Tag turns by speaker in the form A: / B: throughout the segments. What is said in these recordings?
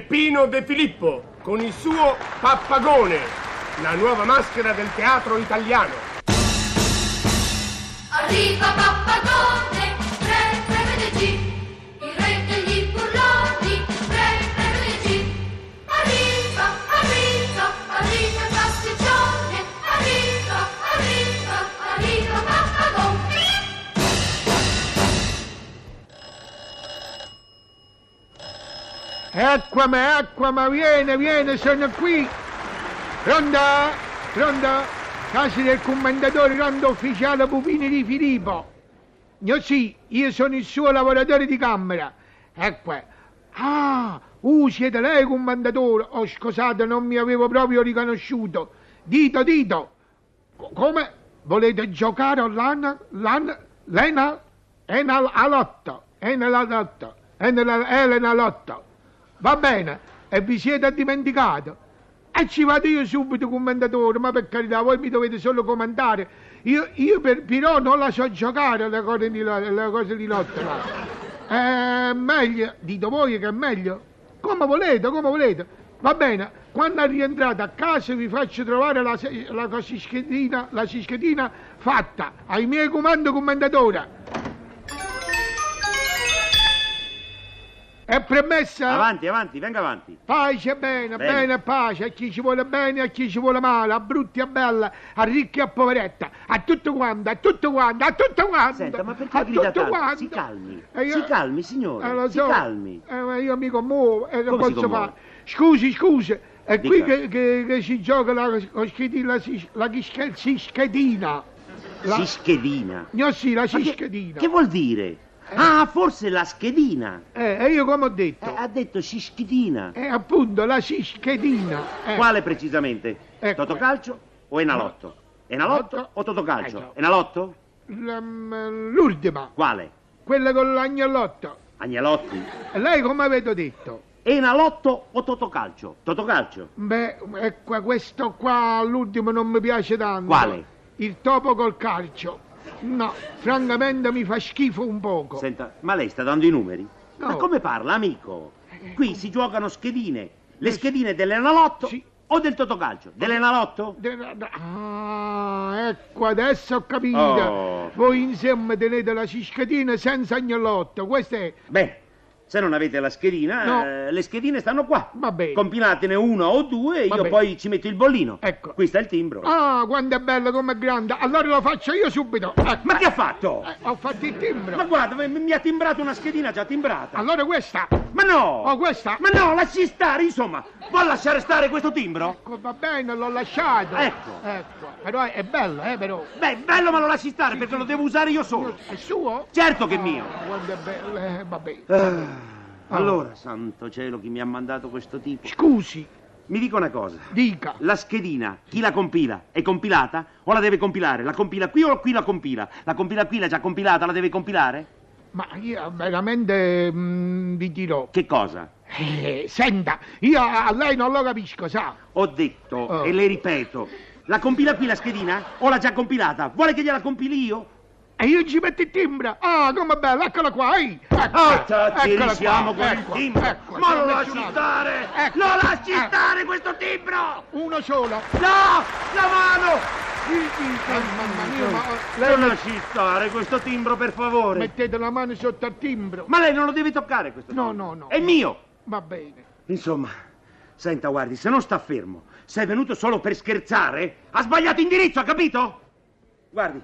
A: Peppino De Filippo con il suo Pappagone, la nuova maschera del teatro italiano.
B: Arriva Pappagone, re prevedici, il re degli burloni, re prevedici. Arriva, arriva, arriva il pasticcione, arriva, arriva, arriva Pappagone.
C: Acquama, acquama, viene, viene, sono qui. Pronta? Pronta? Casa del comandatore Rondo Ufficiale Pupini di Filippo. Io sì, io sono il suo lavoratore di camera. Ecco. Ah, uh, siete lei comandatore. Oh, scusate, non mi avevo proprio riconosciuto. Dito, dito. Co- come? Volete giocare all'ana? L'ana? L'ena? Enal alotto. Enal alotto. Enal Elena lotto. Va bene, e vi siete dimenticato. E ci vado io subito, commendatore, ma per carità, voi mi dovete solo comandare. Io, io per, però non la so giocare le cose di, lo- le cose di lotta. là. È meglio, dite voi che è meglio. Come volete, come volete. Va bene, quando rientrate a casa vi faccio trovare la, se- la cosischettina- la sischetina fatta. Ai miei comando, commendatore. È premessa?
D: Avanti, avanti, venga avanti.
C: Pace bene, bene,
D: Bene.
C: pace, a chi ci vuole bene e a chi ci vuole male, a brutti e a bella, a ricchi e a poveretta, a tutto quanto, a tutto quanto, a tutto quanto.
D: Senta, ma perché
C: a tutto
D: grida tanto?
C: quanto.
D: Si calmi,
C: E
D: si calmi, signore,
C: Eh, lo
D: si
C: so,
D: calmi.
C: eh, ma io mi commuovo e non
D: Come si
C: posso
D: commuove?
C: fare. Scusi, scusi, è qui
D: Dica.
C: che, che- che si gioca la, la, schedi- la, sis- la chische- sischedina. La,
D: Sischedina.
C: no, sì, la
D: Ma che-
C: sischedina.
D: Che vuol dire? Ah, forse la schedina.
C: Eh, e io come ho
D: Eh,
C: detto,
D: ha detto sischedina.
C: eh, appunto, la sischedina. eh.
D: Quale precisamente?
C: Ecco.
D: Totocalcio o Enalotto? Enalotto
C: Lotto.
D: o Totocalcio?
C: Ecco.
D: Enalotto?
C: L'em- L'ultima,
D: Quale?
C: quella con l'agnolotto.
D: Agnolotti?
C: Lei come avete detto?
D: Enalotto o Totocalcio? Totocalcio?
C: Beh, ecco, questo qua l'ultimo non mi piace tanto.
D: Quale?
C: Il topo col calcio. No, francamente mi fa schifo un poco.
D: Senta, ma lei sta dando i numeri?
C: Oh. No. Eh,
D: Ma come parla, amico? Qui si giocano schedine. Le schedine dell'Enalotto
C: Sì.
D: o del Totocalcio? Dell'Enalotto?
C: De- Ah, ecco, adesso ho capito.
D: Oh.
C: Voi insieme tenete la ciscatina senza agnolotto. Questo è...
D: Beh, se non avete la schedina,
C: No.
D: eh, le schedine stanno qua.
C: Va bene.
D: Compilatene una o due e
C: Va
D: io
C: bene.
D: poi ci metto il bollino.
C: Ecco.
D: Qui sta il timbro.
C: Ah, quanto è bello, com'è grande. Allora lo faccio io subito. Ecco.
D: Ma che ha fatto?
C: Eh, ho fatto il timbro.
D: Ma guarda, mi- mi ha timbrato una schedina già timbrata.
C: Allora questa.
D: Ma no!
C: Oh, questa.
D: Ma no, lasci stare, insomma. Vuoi lasciare stare questo timbro?
C: Ecco, va bene, l'ho lasciato.
D: Ecco.
C: Ecco. Però è, è bello, eh, però.
D: Beh, bello me lo lasci stare perché lo devo usare io solo.
C: È suo?
D: Certo che è mio.
C: Ah, guarda, è bello, eh, vabbè.
D: Allora, Oh, santo cielo, chi mi ha mandato questo tipo?
C: Scusi,
D: Mi dica una cosa.
C: dica.
D: La schedina, chi la compila? È compilata? O la deve compilare? La compila qui o qui la compila? La compila qui, l'ha già compilata, la deve compilare?
C: Ma io veramente mm, vi dirò.
D: Che cosa?
C: Eh, senta, io a a lei non lo capisco, sa?
D: Ho detto
C: Oh.
D: e le ripeto. La compila qui la schedina? O l'ha già compilata? Vuole che gliela compili io?
C: E io ci metto il timbro. Ah, com'è bello, eccolo qua, ehi. Ecco,
D: Ah, ci
C: eccolo qua,
D: siamo con il
C: ecco,
D: timbro!
C: ecco,
D: Ma
C: ce
D: lo
C: ne ho
D: lasci
C: messo un altro.
D: stare!
C: Ecco,
D: Lo lasci
C: ecco.
D: stare questo timbro!
C: Uno solo.
D: No! La mano!
C: Il dito, mamma mia, ma... eh,
D: Lei lo lasci stare questo timbro, per favore!
C: Mettete la mano sotto al timbro.
D: Ma lei non lo deve toccare questo
C: No,
D: timbro.
C: no, no.
D: È mio!
C: Va bene.
D: Insomma, senta, guardi, se non sta fermo, se è venuto solo per scherzare, ha sbagliato indirizzo, ha capito? Guardi,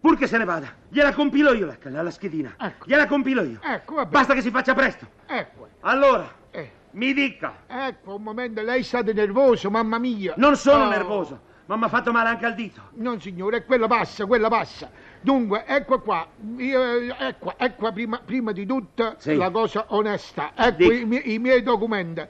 D: pur che se ne vada, gliela compilo io la, la schedina.
C: Ecco.
D: Gliela compilo io.
C: Ecco, va bene.
D: Basta che si faccia presto.
C: Ecco,
D: Allora,
C: eh,
D: mi dica,
C: ecco, un momento, lei è stato nervoso, mamma mia.
D: non sono
C: Oh.
D: nervoso, ma mi ha fatto male anche al dito.
C: Non signore, quella passa, quella passa. Dunque, ecco qua, io- ecco, ecco prima, prima di tutto
D: Sì.
C: la cosa onesta, ecco
D: Dica.
C: i, mie- i miei documenti.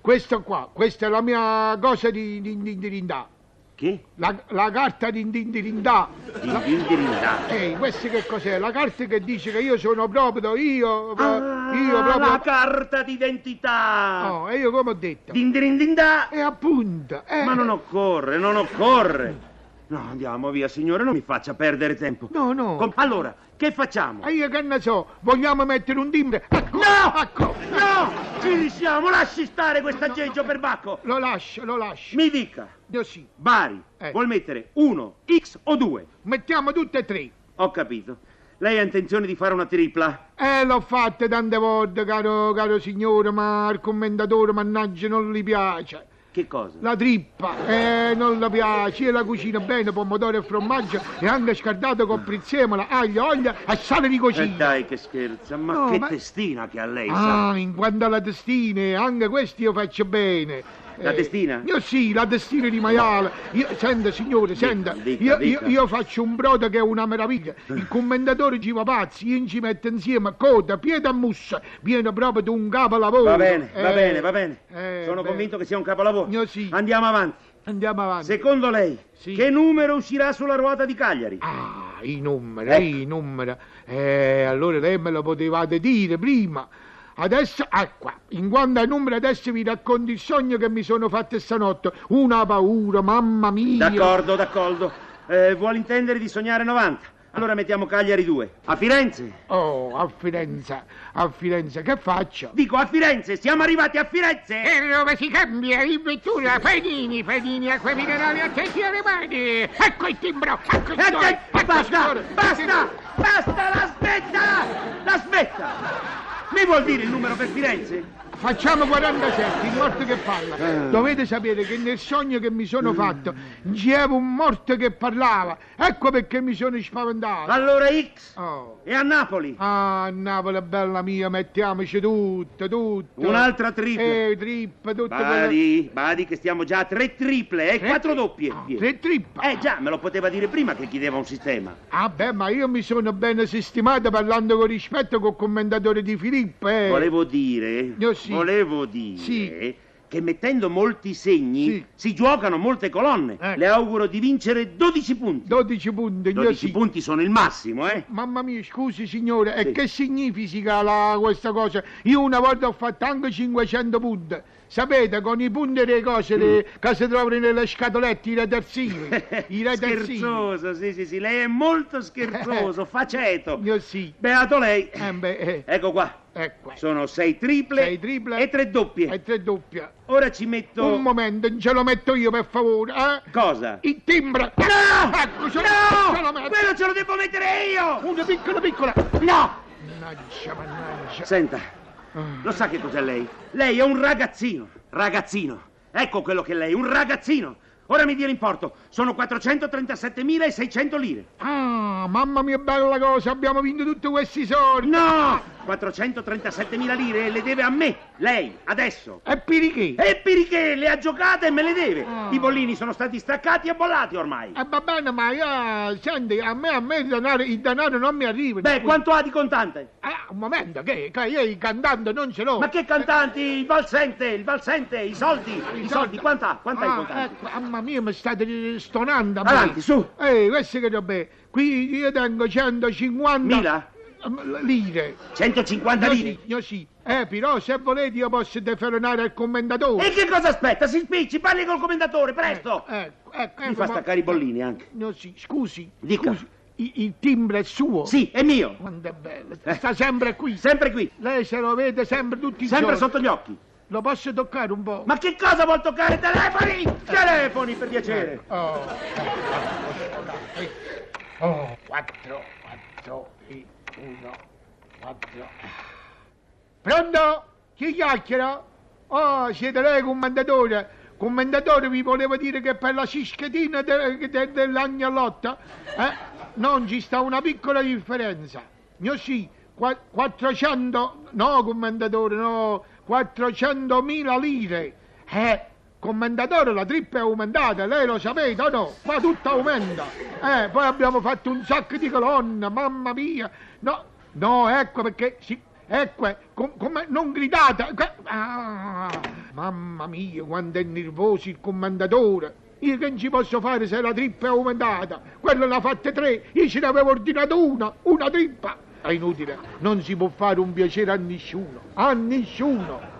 C: Questo qua, questa è la mia cosa di di- di- di rindà.
D: Che?
C: la, la carta di di- di rindà. La-
D: Indirizzo.
C: Ehi, questa che cos'è? La carta che dice che io sono proprio, io,
D: Ah,
C: io
D: la
C: proprio...
D: carta d'identità.
C: Oh, e io come ho detto?
D: Dindirindindà.
C: E appunto, eh,
D: Ma non occorre, non occorre. No, andiamo via, signore, non mi faccia perdere tempo.
C: No, no.
D: Com- allora, che facciamo?
C: E io che ne so, vogliamo mettere un timbre? Ecco,
D: No!
C: Ecco!
D: No! Ci risiamo, lasci stare quest'aggeggio perbacco!
C: Lo lascio, lo lascio.
D: Mi dica,
C: Io sì.
D: Bari
C: Eh.
D: vuol mettere uno, X o due?
C: Mettiamo tutte e tre.
D: Ho capito. Lei ha intenzione di fare una tripla?
C: Eh, l'ho fatta tante volte, caro, caro signore, ma al commendatore, mannaggia, non gli piace.
D: Che cosa?
C: La trippa, eh, non la piace. Io la cucino bene, pomodoro e formaggio, e anche scardato con prezzemolo, aglio, olio e sale di
D: Eh
C: cocina.
D: dai, che scherza, ma
C: No,
D: che
C: ma-
D: testina che ha lei, sa?
C: Ah, in quanto alla testina, anche questo io faccio bene.
D: La testina?
C: Io sì, la testina di maiale. Io, senta, signore, senta,
D: dica,
C: io,
D: dica. Eh.
C: io- io faccio un brodo che è una meraviglia. Il commendatore ci va pazzi, io ci metto insieme coda, piede e mussa, viene proprio di un capolavoro.
D: Va bene, va
C: Eh,
D: bene, va bene.
C: eh,
D: Sono
C: beh,
D: convinto che sia un capolavoro.
C: Io sì.
D: Andiamo avanti.
C: Andiamo avanti.
D: Secondo lei,
C: Sì.
D: che numero uscirà sulla ruota di Cagliari?
C: Ah, i numeri,
D: Ecco.
C: i numeri. Eh, allora lei me lo potevate dire prima. Adesso, ah, qua, in quanto ai numeri, adesso vi racconto il sogno che mi sono fatto stanotte. Una paura, mamma mia.
D: D'accordo, d'accordo. Eh, vuol intendere di sognare 90. Allora mettiamo Cagliari 2. A Firenze?
C: Oh, a Firenze, a Firenze, che faccio?
D: Dico a Firenze, siamo arrivati a Firenze!
E: E dove si cambia in vettura? Panini, panini, acqua minerale, attenzione, mani! Ecco il timbro, ecco il
D: Eh,
E: timbro!
D: eh, basta, basta, basta, la smetta! La smetta! Mi vuol dire il numero per Firenze?
C: Facciamo 47, il morto che parla.
D: Eh.
C: Dovete sapere che nel sogno che mi
D: Mm.
C: sono fatto c'era un morto che parlava. Ecco perché mi sono spaventato.
D: Allora X
C: Oh.
D: e a Napoli.
C: Ah, Napoli, bella mia, mettiamoci tutto, tutto.
D: Un'altra tripla.
C: Eh, trippa, tutto quello-
D: Badi, badi che stiamo già a tre triple e
C: Tre
D: quattro
C: tri-
D: doppie.
C: Ah, Tre trippa.
D: Eh già, me lo poteva dire prima che chiedeva un sistema.
C: Ah, beh, ma io mi sono bene sistemato parlando con rispetto col commendatore di Filippo, eh.
D: Volevo dire,
C: Io sì.
D: volevo dire
C: Sì.
D: che mettendo molti segni
C: Sì.
D: si giocano molte colonne.
C: Ecco.
D: Le auguro di vincere 12 punti.
C: 12 punti, io
D: 12
C: sì.
D: punti sono il massimo, eh?
C: Mamma mia, scusi signore, e
D: Sì.
C: che significa la- questa cosa? Io una volta ho fatto anche 500 punti. Sapete, con i punti e le cose le-
D: Mm.
C: che si trovano nelle scatolette, i reversivi. I reversivi.
D: scherzoso, sì, sì, sì, lei è molto scherzoso, faceto.
C: Eh. Io sì.
D: Beato lei.
C: Eh, beh, eh,
D: Ecco qua,
C: ecco.
D: sono sei triple,
C: Sei triple
D: e tre doppie.
C: E tre doppia.
D: Ora ci metto...
C: Un momento, ce lo metto io per favore, eh?
D: Cosa?
C: Il timbro!
D: No!
C: Ecco, ce,
D: no!
C: lo, ce lo metto!
D: Quello ce lo devo mettere io!
C: Una piccola piccola!
D: No!
C: Mannaggia, mannaggia!
D: Senta,
C: Ah.
D: lo sa che cos'è lei? Lei è un ragazzino. Ragazzino. Ecco quello che è lei, un ragazzino. Ora mi dia l'importo. Sono 437.600 lire.
C: Ah, mamma mia, bella cosa, abbiamo vinto tutti questi soldi!
D: No! 437.000 lire le deve a me, lei, adesso.
C: E piriché?
D: E perché le ha giocate e me le deve?
C: Ah.
D: I bollini sono stati staccati e bollati ormai.
C: Eh, va bene, ma io, senti, a me, a me il denaro, il denaro non mi arriva.
D: Beh, quanto ha di contante?
C: Eh, un momento, che, che io il cantante non ce l'ho.
D: Ma che cantanti, il valsente, il valsente, i soldi, i soldi, quant'ha? Quant'ha i
C: Ah,
D: contanti?
C: ecco, mamma mia, mi state stonando. a me.
D: Avanti, su.
C: Ehi, questo che roba è? Qui io tengo 150...
D: Mila?
C: Lire.
D: 150
C: Io
D: lire.
C: sì, io sì. Eh, però, se volete io posso deferonare al
D: E
C: commendatore.
D: che cosa aspetta? Si spicci, parli col commendatore, presto!
C: Ecco, ecco,
D: certo. Mi fa staccare i bollini anche.
C: Io sì, scusi.
D: Dica.
C: scusi, i- il, timbro è suo?
D: Sì, è mio.
C: Quanto è bello.
D: Eh.
C: Sta sempre qui.
D: Sempre qui,
C: Lei se lo vede sempre tutti i
D: sempre
C: giorni.
D: sotto gli occhi.
C: Lo posso toccare un po'?
D: Ma che cosa vuol toccare? Telefoni! Telefoni, per piacere!
C: Oh, eh, oh, 4, 4, 1, 4. Pronto? Chi chiacchiera? Oh, siete lei, commendatore. Commendatore, vi volevo dire che per la cischetina de- de- dell'agnolotta eh, non ci sta una piccola differenza. Io sì, qua- 400... No, commendatore, no, 400.000 lire. Eh, commendatore, la trippa è aumentata, lei lo sapete o no? Ma tutto aumenta. Eh, poi abbiamo fatto un sacco di colonne, mamma mia. No, no, ecco perché... Sì, Ecco, eh, com- come- non gridate! che- Ah, mamma mia, quanto è nervoso il commendatore! Io che ci posso fare se la trippa è aumentata? Quella l'ha fatta tre, io ce ne avevo ordinato una, una trippa! È inutile, non si può fare un piacere a nessuno, a nessuno!